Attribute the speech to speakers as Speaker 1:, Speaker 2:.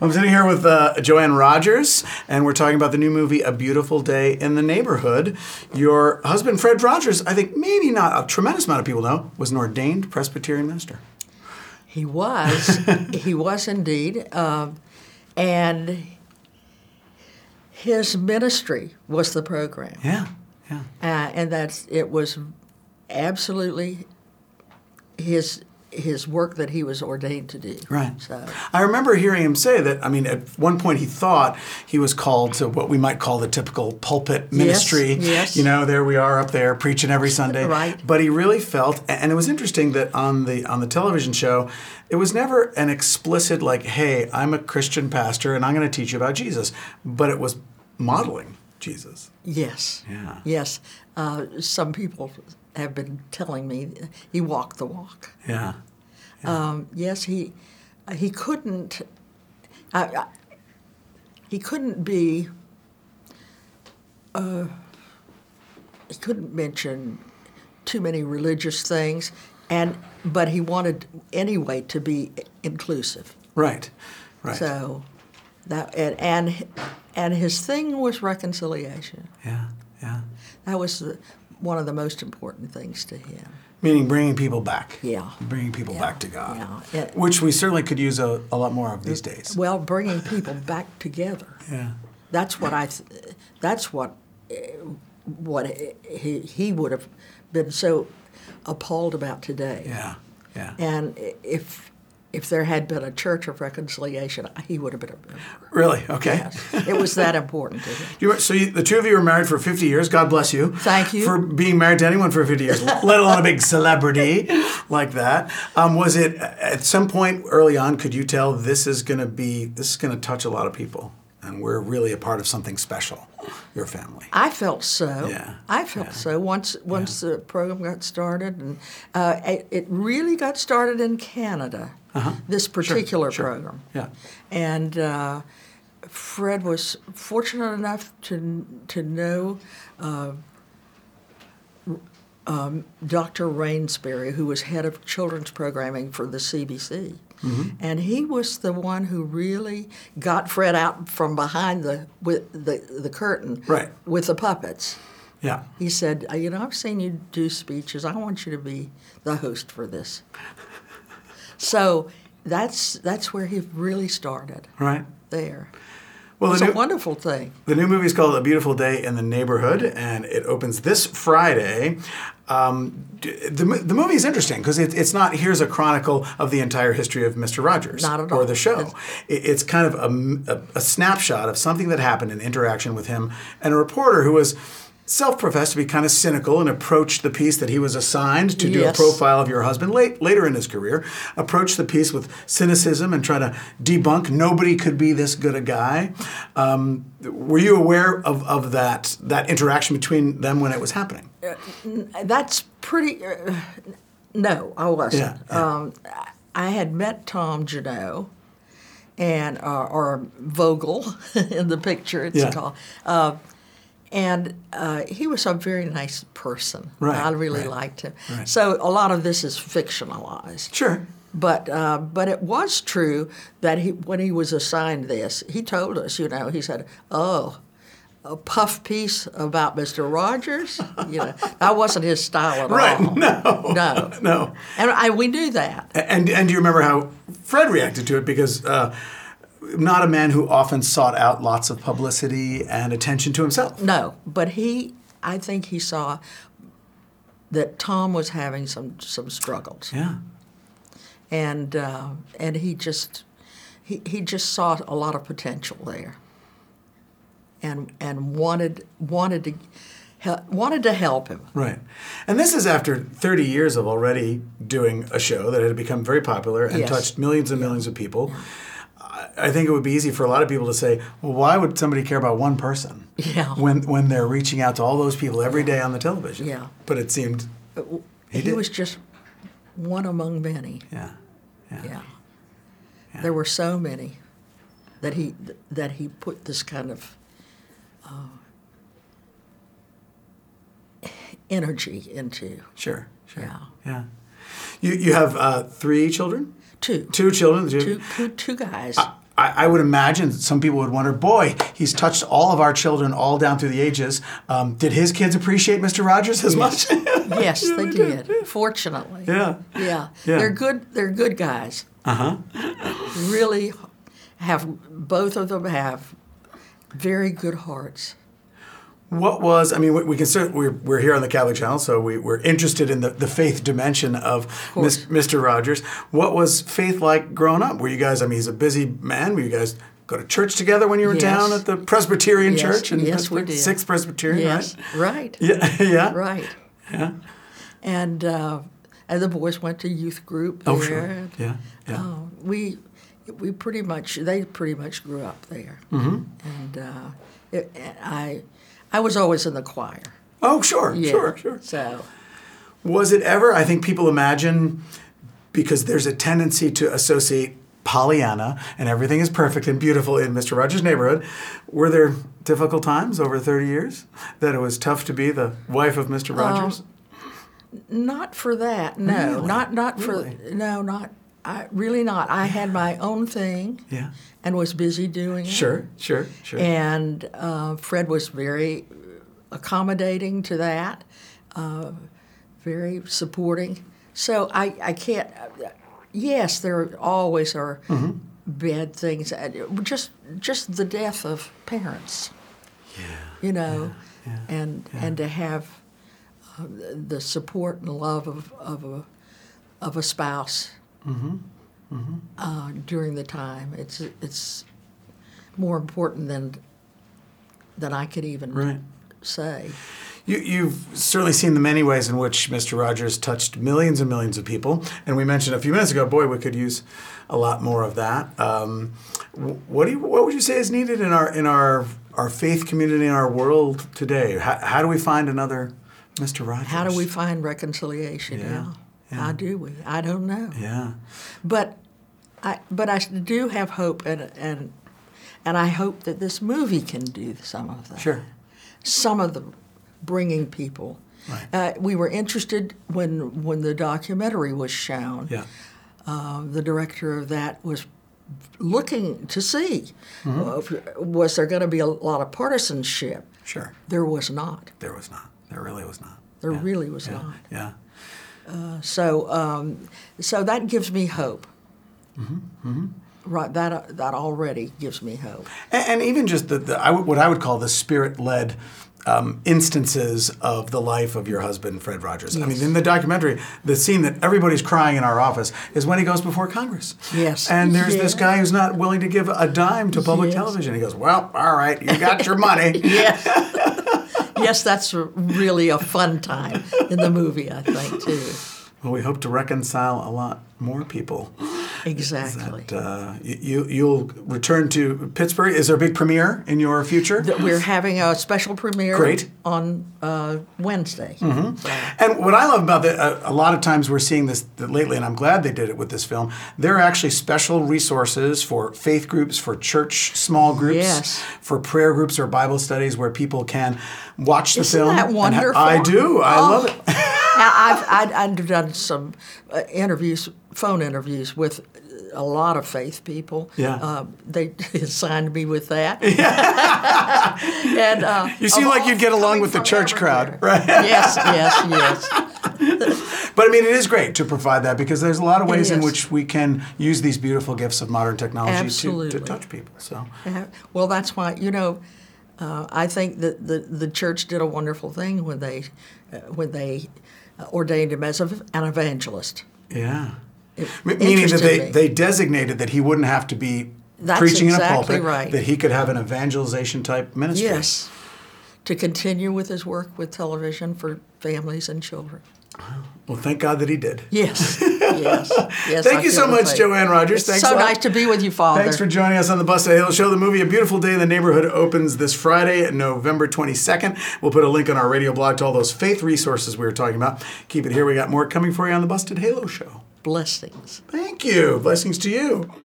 Speaker 1: I'm sitting here with uh, Joanne Rogers, and we're talking about the new movie A Beautiful Day in the Neighborhood. Your husband, Fred Rogers, I think maybe not a tremendous amount of people know, was an ordained Presbyterian minister.
Speaker 2: He was. he was indeed. Um, and his ministry was the program.
Speaker 1: Yeah, yeah.
Speaker 2: Uh, and that's it was absolutely his his work that he was ordained to do.
Speaker 1: Right.
Speaker 2: So
Speaker 1: I remember hearing him say that. I mean, at one point he thought he was called to what we might call the typical pulpit ministry.
Speaker 2: yes.
Speaker 1: You know, there we are up there preaching every Sunday.
Speaker 2: Right.
Speaker 1: But he really felt, a- and it was interesting that on the on the television show, it was never an explicit like, "Hey, I'm a Christian pastor and I'm going to teach you about Jesus," but it was modeling Jesus.
Speaker 2: yes.
Speaker 1: Yeah.
Speaker 2: Yes. Uh, some people have been telling me he walked the walk.
Speaker 1: Yeah.
Speaker 2: Um, yes, he he couldn't I, I, he couldn't be uh, he couldn't mention too many religious things, and but he wanted anyway to be inclusive.
Speaker 1: Right. Right.
Speaker 2: So that and, and and his thing was reconciliation.
Speaker 1: Yeah. Yeah.
Speaker 2: That was the, one of the most important things to him.
Speaker 1: Meaning bringing people back.
Speaker 2: Yeah.
Speaker 1: Bringing people
Speaker 2: Yeah,
Speaker 1: back to God.
Speaker 2: yeah. It-
Speaker 1: Which we certainly could use a, a lot more of these days.
Speaker 2: Well, bringing people back together.
Speaker 1: Yeah.
Speaker 2: That's what I. Th- that's what uh, what he he would have been so appalled about today.
Speaker 1: Yeah. Yeah.
Speaker 2: And i- if if there had been a church of reconciliation, he would have been a member.
Speaker 1: Really? Okay.
Speaker 2: Yes. it was that important to him.
Speaker 1: You were, so you, the two of you were married for 50 years. God bless you.
Speaker 2: Thank you.
Speaker 1: For being married to anyone for 50 years, let alone a big celebrity like that. Um, was it at some point early on, could you tell this is going to be, this is going to touch a lot of people? And we're really a part of something special, your family.
Speaker 2: I felt so.
Speaker 1: Yeah,
Speaker 2: I felt so once once the program got started, and uh, it, it really got started in Canada. This particular
Speaker 1: Uh-huh. sure.
Speaker 2: program.
Speaker 1: Yeah.
Speaker 2: and uh, Fred was fortunate enough to to know uh, um, Dr. Rainsbury, who was head of children's programming for the CBC, and he was the one who really got Fred out from behind the with the the curtain
Speaker 1: Right.
Speaker 2: with the puppets.
Speaker 1: Yeah.
Speaker 2: He said, "Uh, "You know, I've seen you do speeches. I want you to be the host for this." So that's that's where he really started
Speaker 1: Right.
Speaker 2: there.
Speaker 1: Well,
Speaker 2: It's
Speaker 1: the
Speaker 2: a
Speaker 1: new-
Speaker 2: wonderful thing.
Speaker 1: The new movie is called A Beautiful Day in the Neighborhood, and it opens this Friday. Um, d- the, mo- the movie is interesting because it, it's not here's a chronicle of the entire history of Mr. Rogers
Speaker 2: Not at
Speaker 1: or
Speaker 2: all.
Speaker 1: the show.
Speaker 2: It's-
Speaker 1: It, it's kind of a m- a, a snapshot of something that happened in interaction with him and a reporter who was self-professed to be kind of cynical and approached the piece that he was assigned to do a
Speaker 2: Yes.
Speaker 1: profile profile of your husband late later in his career. Approach the piece with cynicism and try to debunk nobody could be this good a guy. Um, were you aware of, of that that interaction between them when it was happening?
Speaker 2: That's pretty. Uh, no, I wasn't.
Speaker 1: Yeah, yeah.
Speaker 2: Um, I- I had met Tom Janot and uh, or Vogel in the picture. It's
Speaker 1: Yeah.
Speaker 2: called. Uh, and uh, he was a very nice person.
Speaker 1: Right,
Speaker 2: I really
Speaker 1: right,
Speaker 2: liked him.
Speaker 1: right.
Speaker 2: So a lot of this is fictionalized.
Speaker 1: Sure.
Speaker 2: But uh, but it was true that he when he was assigned this, he told us, you know, he said, "Oh, a puff piece about Mister Rogers." You know, that wasn't his style at
Speaker 1: Right,
Speaker 2: all.
Speaker 1: no.
Speaker 2: no,
Speaker 1: No.
Speaker 2: and I, we knew that.
Speaker 1: A- And and do you remember how Fred reacted to it? Because uh, not a man who often sought out lots of publicity and attention to himself.
Speaker 2: No, but he, I think he saw that Tom was having some some struggles,
Speaker 1: Yeah.
Speaker 2: and uh, and he just he, he just saw a lot of potential there and and wanted wanted to hel- wanted to help him
Speaker 1: Right. And this is after 30 years of already doing a show that had become very popular and
Speaker 2: Yes.
Speaker 1: touched millions and millions of people. I I think it would be easy for a lot of people to say, well, why would somebody care about one person
Speaker 2: Yeah.
Speaker 1: when, when they're reaching out to all those people every day on the television?
Speaker 2: Yeah.
Speaker 1: But it seemed,
Speaker 2: he,
Speaker 1: did.
Speaker 2: was just one among many
Speaker 1: yeah.
Speaker 2: yeah. there were so many that he that he put this kind of uh, energy into
Speaker 1: Sure, sure.
Speaker 2: Yeah.
Speaker 1: yeah. You, you have uh, three children?
Speaker 2: two
Speaker 1: Two children?
Speaker 2: two, two, two guys
Speaker 1: I I, I would imagine that some people would wonder, boy, he's touched all of our children all down through the ages. Um, did his kids appreciate Mr. Rogers as much?
Speaker 2: Yes, they did. Fortunately.
Speaker 1: yeah.
Speaker 2: Yeah.
Speaker 1: Yeah.
Speaker 2: They're good they're good guys. Uh-huh. really have both of them have very good hearts.
Speaker 1: What was, I mean, we, we can cer- we're, we're here on the Catholic Channel, so we, we're interested in the, the faith dimension of Mis- Mr. Rogers. What was faith like growing up? Were you guys, I mean, he's a busy man. Were you guys go to church together when you were
Speaker 2: Yes.
Speaker 1: down at the Presbyterian
Speaker 2: Yes.
Speaker 1: Church? in
Speaker 2: Yes, we
Speaker 1: Pittsburgh?
Speaker 2: did.
Speaker 1: Sixth Presbyterian,
Speaker 2: Yes.
Speaker 1: right?
Speaker 2: Right.
Speaker 1: Yeah, yeah.
Speaker 2: Right. Yeah. And uh, and the boys went to youth group
Speaker 1: Oh,
Speaker 2: there.
Speaker 1: sure. Yeah, yeah.
Speaker 2: Oh, we we pretty much they pretty much grew up there,
Speaker 1: Mm-hmm.
Speaker 2: and uh, it, and I I was always in the choir.
Speaker 1: Oh, sure,
Speaker 2: Yeah.
Speaker 1: sure, sure.
Speaker 2: So
Speaker 1: Was it ever? I think people imagine because there's a tendency to associate Pollyanna and everything is perfect and beautiful in Mr. Rogers' neighborhood. Were there difficult times over 30 years that it was tough to be the wife of Mr. Rogers?
Speaker 2: not for that. No,
Speaker 1: Really?
Speaker 2: not not for
Speaker 1: Really?
Speaker 2: no not. I really not. I had my own thing,
Speaker 1: Yeah.
Speaker 2: and was busy doing it.
Speaker 1: Sure, sure, sure.
Speaker 2: And uh, Fred was very accommodating to that, uh, very supporting. So I, I can't, yes, there always are
Speaker 1: Mm-hmm.
Speaker 2: bad things. and it- Just, just the death of parents, you know, and and to have uh, the support and love of, of a of a spouse
Speaker 1: Mm-hmm,
Speaker 2: Uh, during the time. It's it's more important than than I could even
Speaker 1: Right.
Speaker 2: say.
Speaker 1: You, you've certainly seen the many ways in which Mr. Rogers touched millions and millions of people. And we mentioned a few minutes ago, boy, we could use a lot more of that. Um, wh- what, do you, what would you say is needed in our, in our, our faith community, in our world today? How, how do we find another Mr. Rogers?
Speaker 2: How do we find reconciliation
Speaker 1: Yeah,
Speaker 2: now? How do we? I don't know.
Speaker 1: Yeah.
Speaker 2: But I but I do have hope and and and I hope that this movie can do some of that.
Speaker 1: Sure.
Speaker 2: Some of the bringing people.
Speaker 1: Right.
Speaker 2: Uh, we were interested when when the documentary was shown.
Speaker 1: Yeah.
Speaker 2: um, the director of that was looking to see
Speaker 1: Mm-hmm.
Speaker 2: uh, if- was there going to be a lot of partisanship.
Speaker 1: Sure.
Speaker 2: There was not.
Speaker 1: There was not. There really was not.
Speaker 2: There really was
Speaker 1: Yeah.
Speaker 2: not.
Speaker 1: Yeah.
Speaker 2: So, um, so that gives me hope.
Speaker 1: Mm-hmm.
Speaker 2: Right, that uh, that already gives me hope.
Speaker 1: And, and even just the, the I would what I would call the spirit led um, instances of the life of your husband, Fred Rogers. I mean, in the documentary, the scene that everybody's crying in our office is when he goes before Congress.
Speaker 2: Yes.
Speaker 1: And there's this
Speaker 2: Yeah.
Speaker 1: guy who's not willing to give a dime to public
Speaker 2: Yes.
Speaker 1: television. He goes, Well, all right, you got your money.
Speaker 2: Yes, yes, that's a- really a fun time in the movie. I think too.
Speaker 1: Well, we hope to reconcile a lot more people.
Speaker 2: Exactly.
Speaker 1: But, uh, you, you, you'll return to Pittsburgh. Is there a big premiere in your future?
Speaker 2: that we're having a special premiere
Speaker 1: Great. Mm-hmm.
Speaker 2: on uh, Wednesday. So-
Speaker 1: And what I love about that, a, a lot of times we're seeing this lately, and I'm glad they did it with this film. There are actually special resources for faith groups, for church small groups,
Speaker 2: Yes.
Speaker 1: for prayer groups or Bible studies where people can watch the
Speaker 2: Isn't
Speaker 1: film.
Speaker 2: that
Speaker 1: and ha-
Speaker 2: wonderful? Oh.
Speaker 1: I do. I love it.
Speaker 2: now, I've, I'd, I've done some uh, interviews, phone interviews with a lot of faith people.
Speaker 1: Yeah.
Speaker 2: Uh, they assigned me with that. and uh,
Speaker 1: You seem
Speaker 2: of
Speaker 1: like
Speaker 2: all-
Speaker 1: you'd get along
Speaker 2: coming
Speaker 1: with the
Speaker 2: from
Speaker 1: church crowd,
Speaker 2: everywhere.
Speaker 1: right?
Speaker 2: Yes, yes, yes.
Speaker 1: But I mean, it is great to provide that because there's a lot of ways in
Speaker 2: is.
Speaker 1: which we can use these beautiful gifts of modern technology to, to
Speaker 2: Absolutely.
Speaker 1: touch people. So,
Speaker 2: Yeah. Well, that's why you know. Uh, I think that the, the church did a wonderful thing when they uh, when they uh, ordained him as a, an evangelist.
Speaker 1: yeah.
Speaker 2: It
Speaker 1: M- meaning that
Speaker 2: interested
Speaker 1: they,
Speaker 2: me.
Speaker 1: they designated that he wouldn't have to be
Speaker 2: That's
Speaker 1: preaching in a
Speaker 2: exactly
Speaker 1: pulpit,
Speaker 2: right.
Speaker 1: that he could have an evangelization type ministry.
Speaker 2: Yes. To continue with his work with television for families and children.
Speaker 1: Well, thank God that he did.
Speaker 2: Yes. yes. Yes.
Speaker 1: Thank
Speaker 2: I
Speaker 1: you so
Speaker 2: feel the
Speaker 1: much,
Speaker 2: same.
Speaker 1: Joanne Rogers. Thanks
Speaker 2: so
Speaker 1: a lot.
Speaker 2: nice to be with you, Father.
Speaker 1: Thanks for joining us on the bus today. It'll show the movie A Beautiful Day in the Neighborhood opens this Friday, November 22nd. We'll put a link on our radio blog to all those faith resources we were talking about. Keep it here. We got more coming for you on the Busted Halo show.
Speaker 2: blessings.
Speaker 1: Thank you. Blessings to you.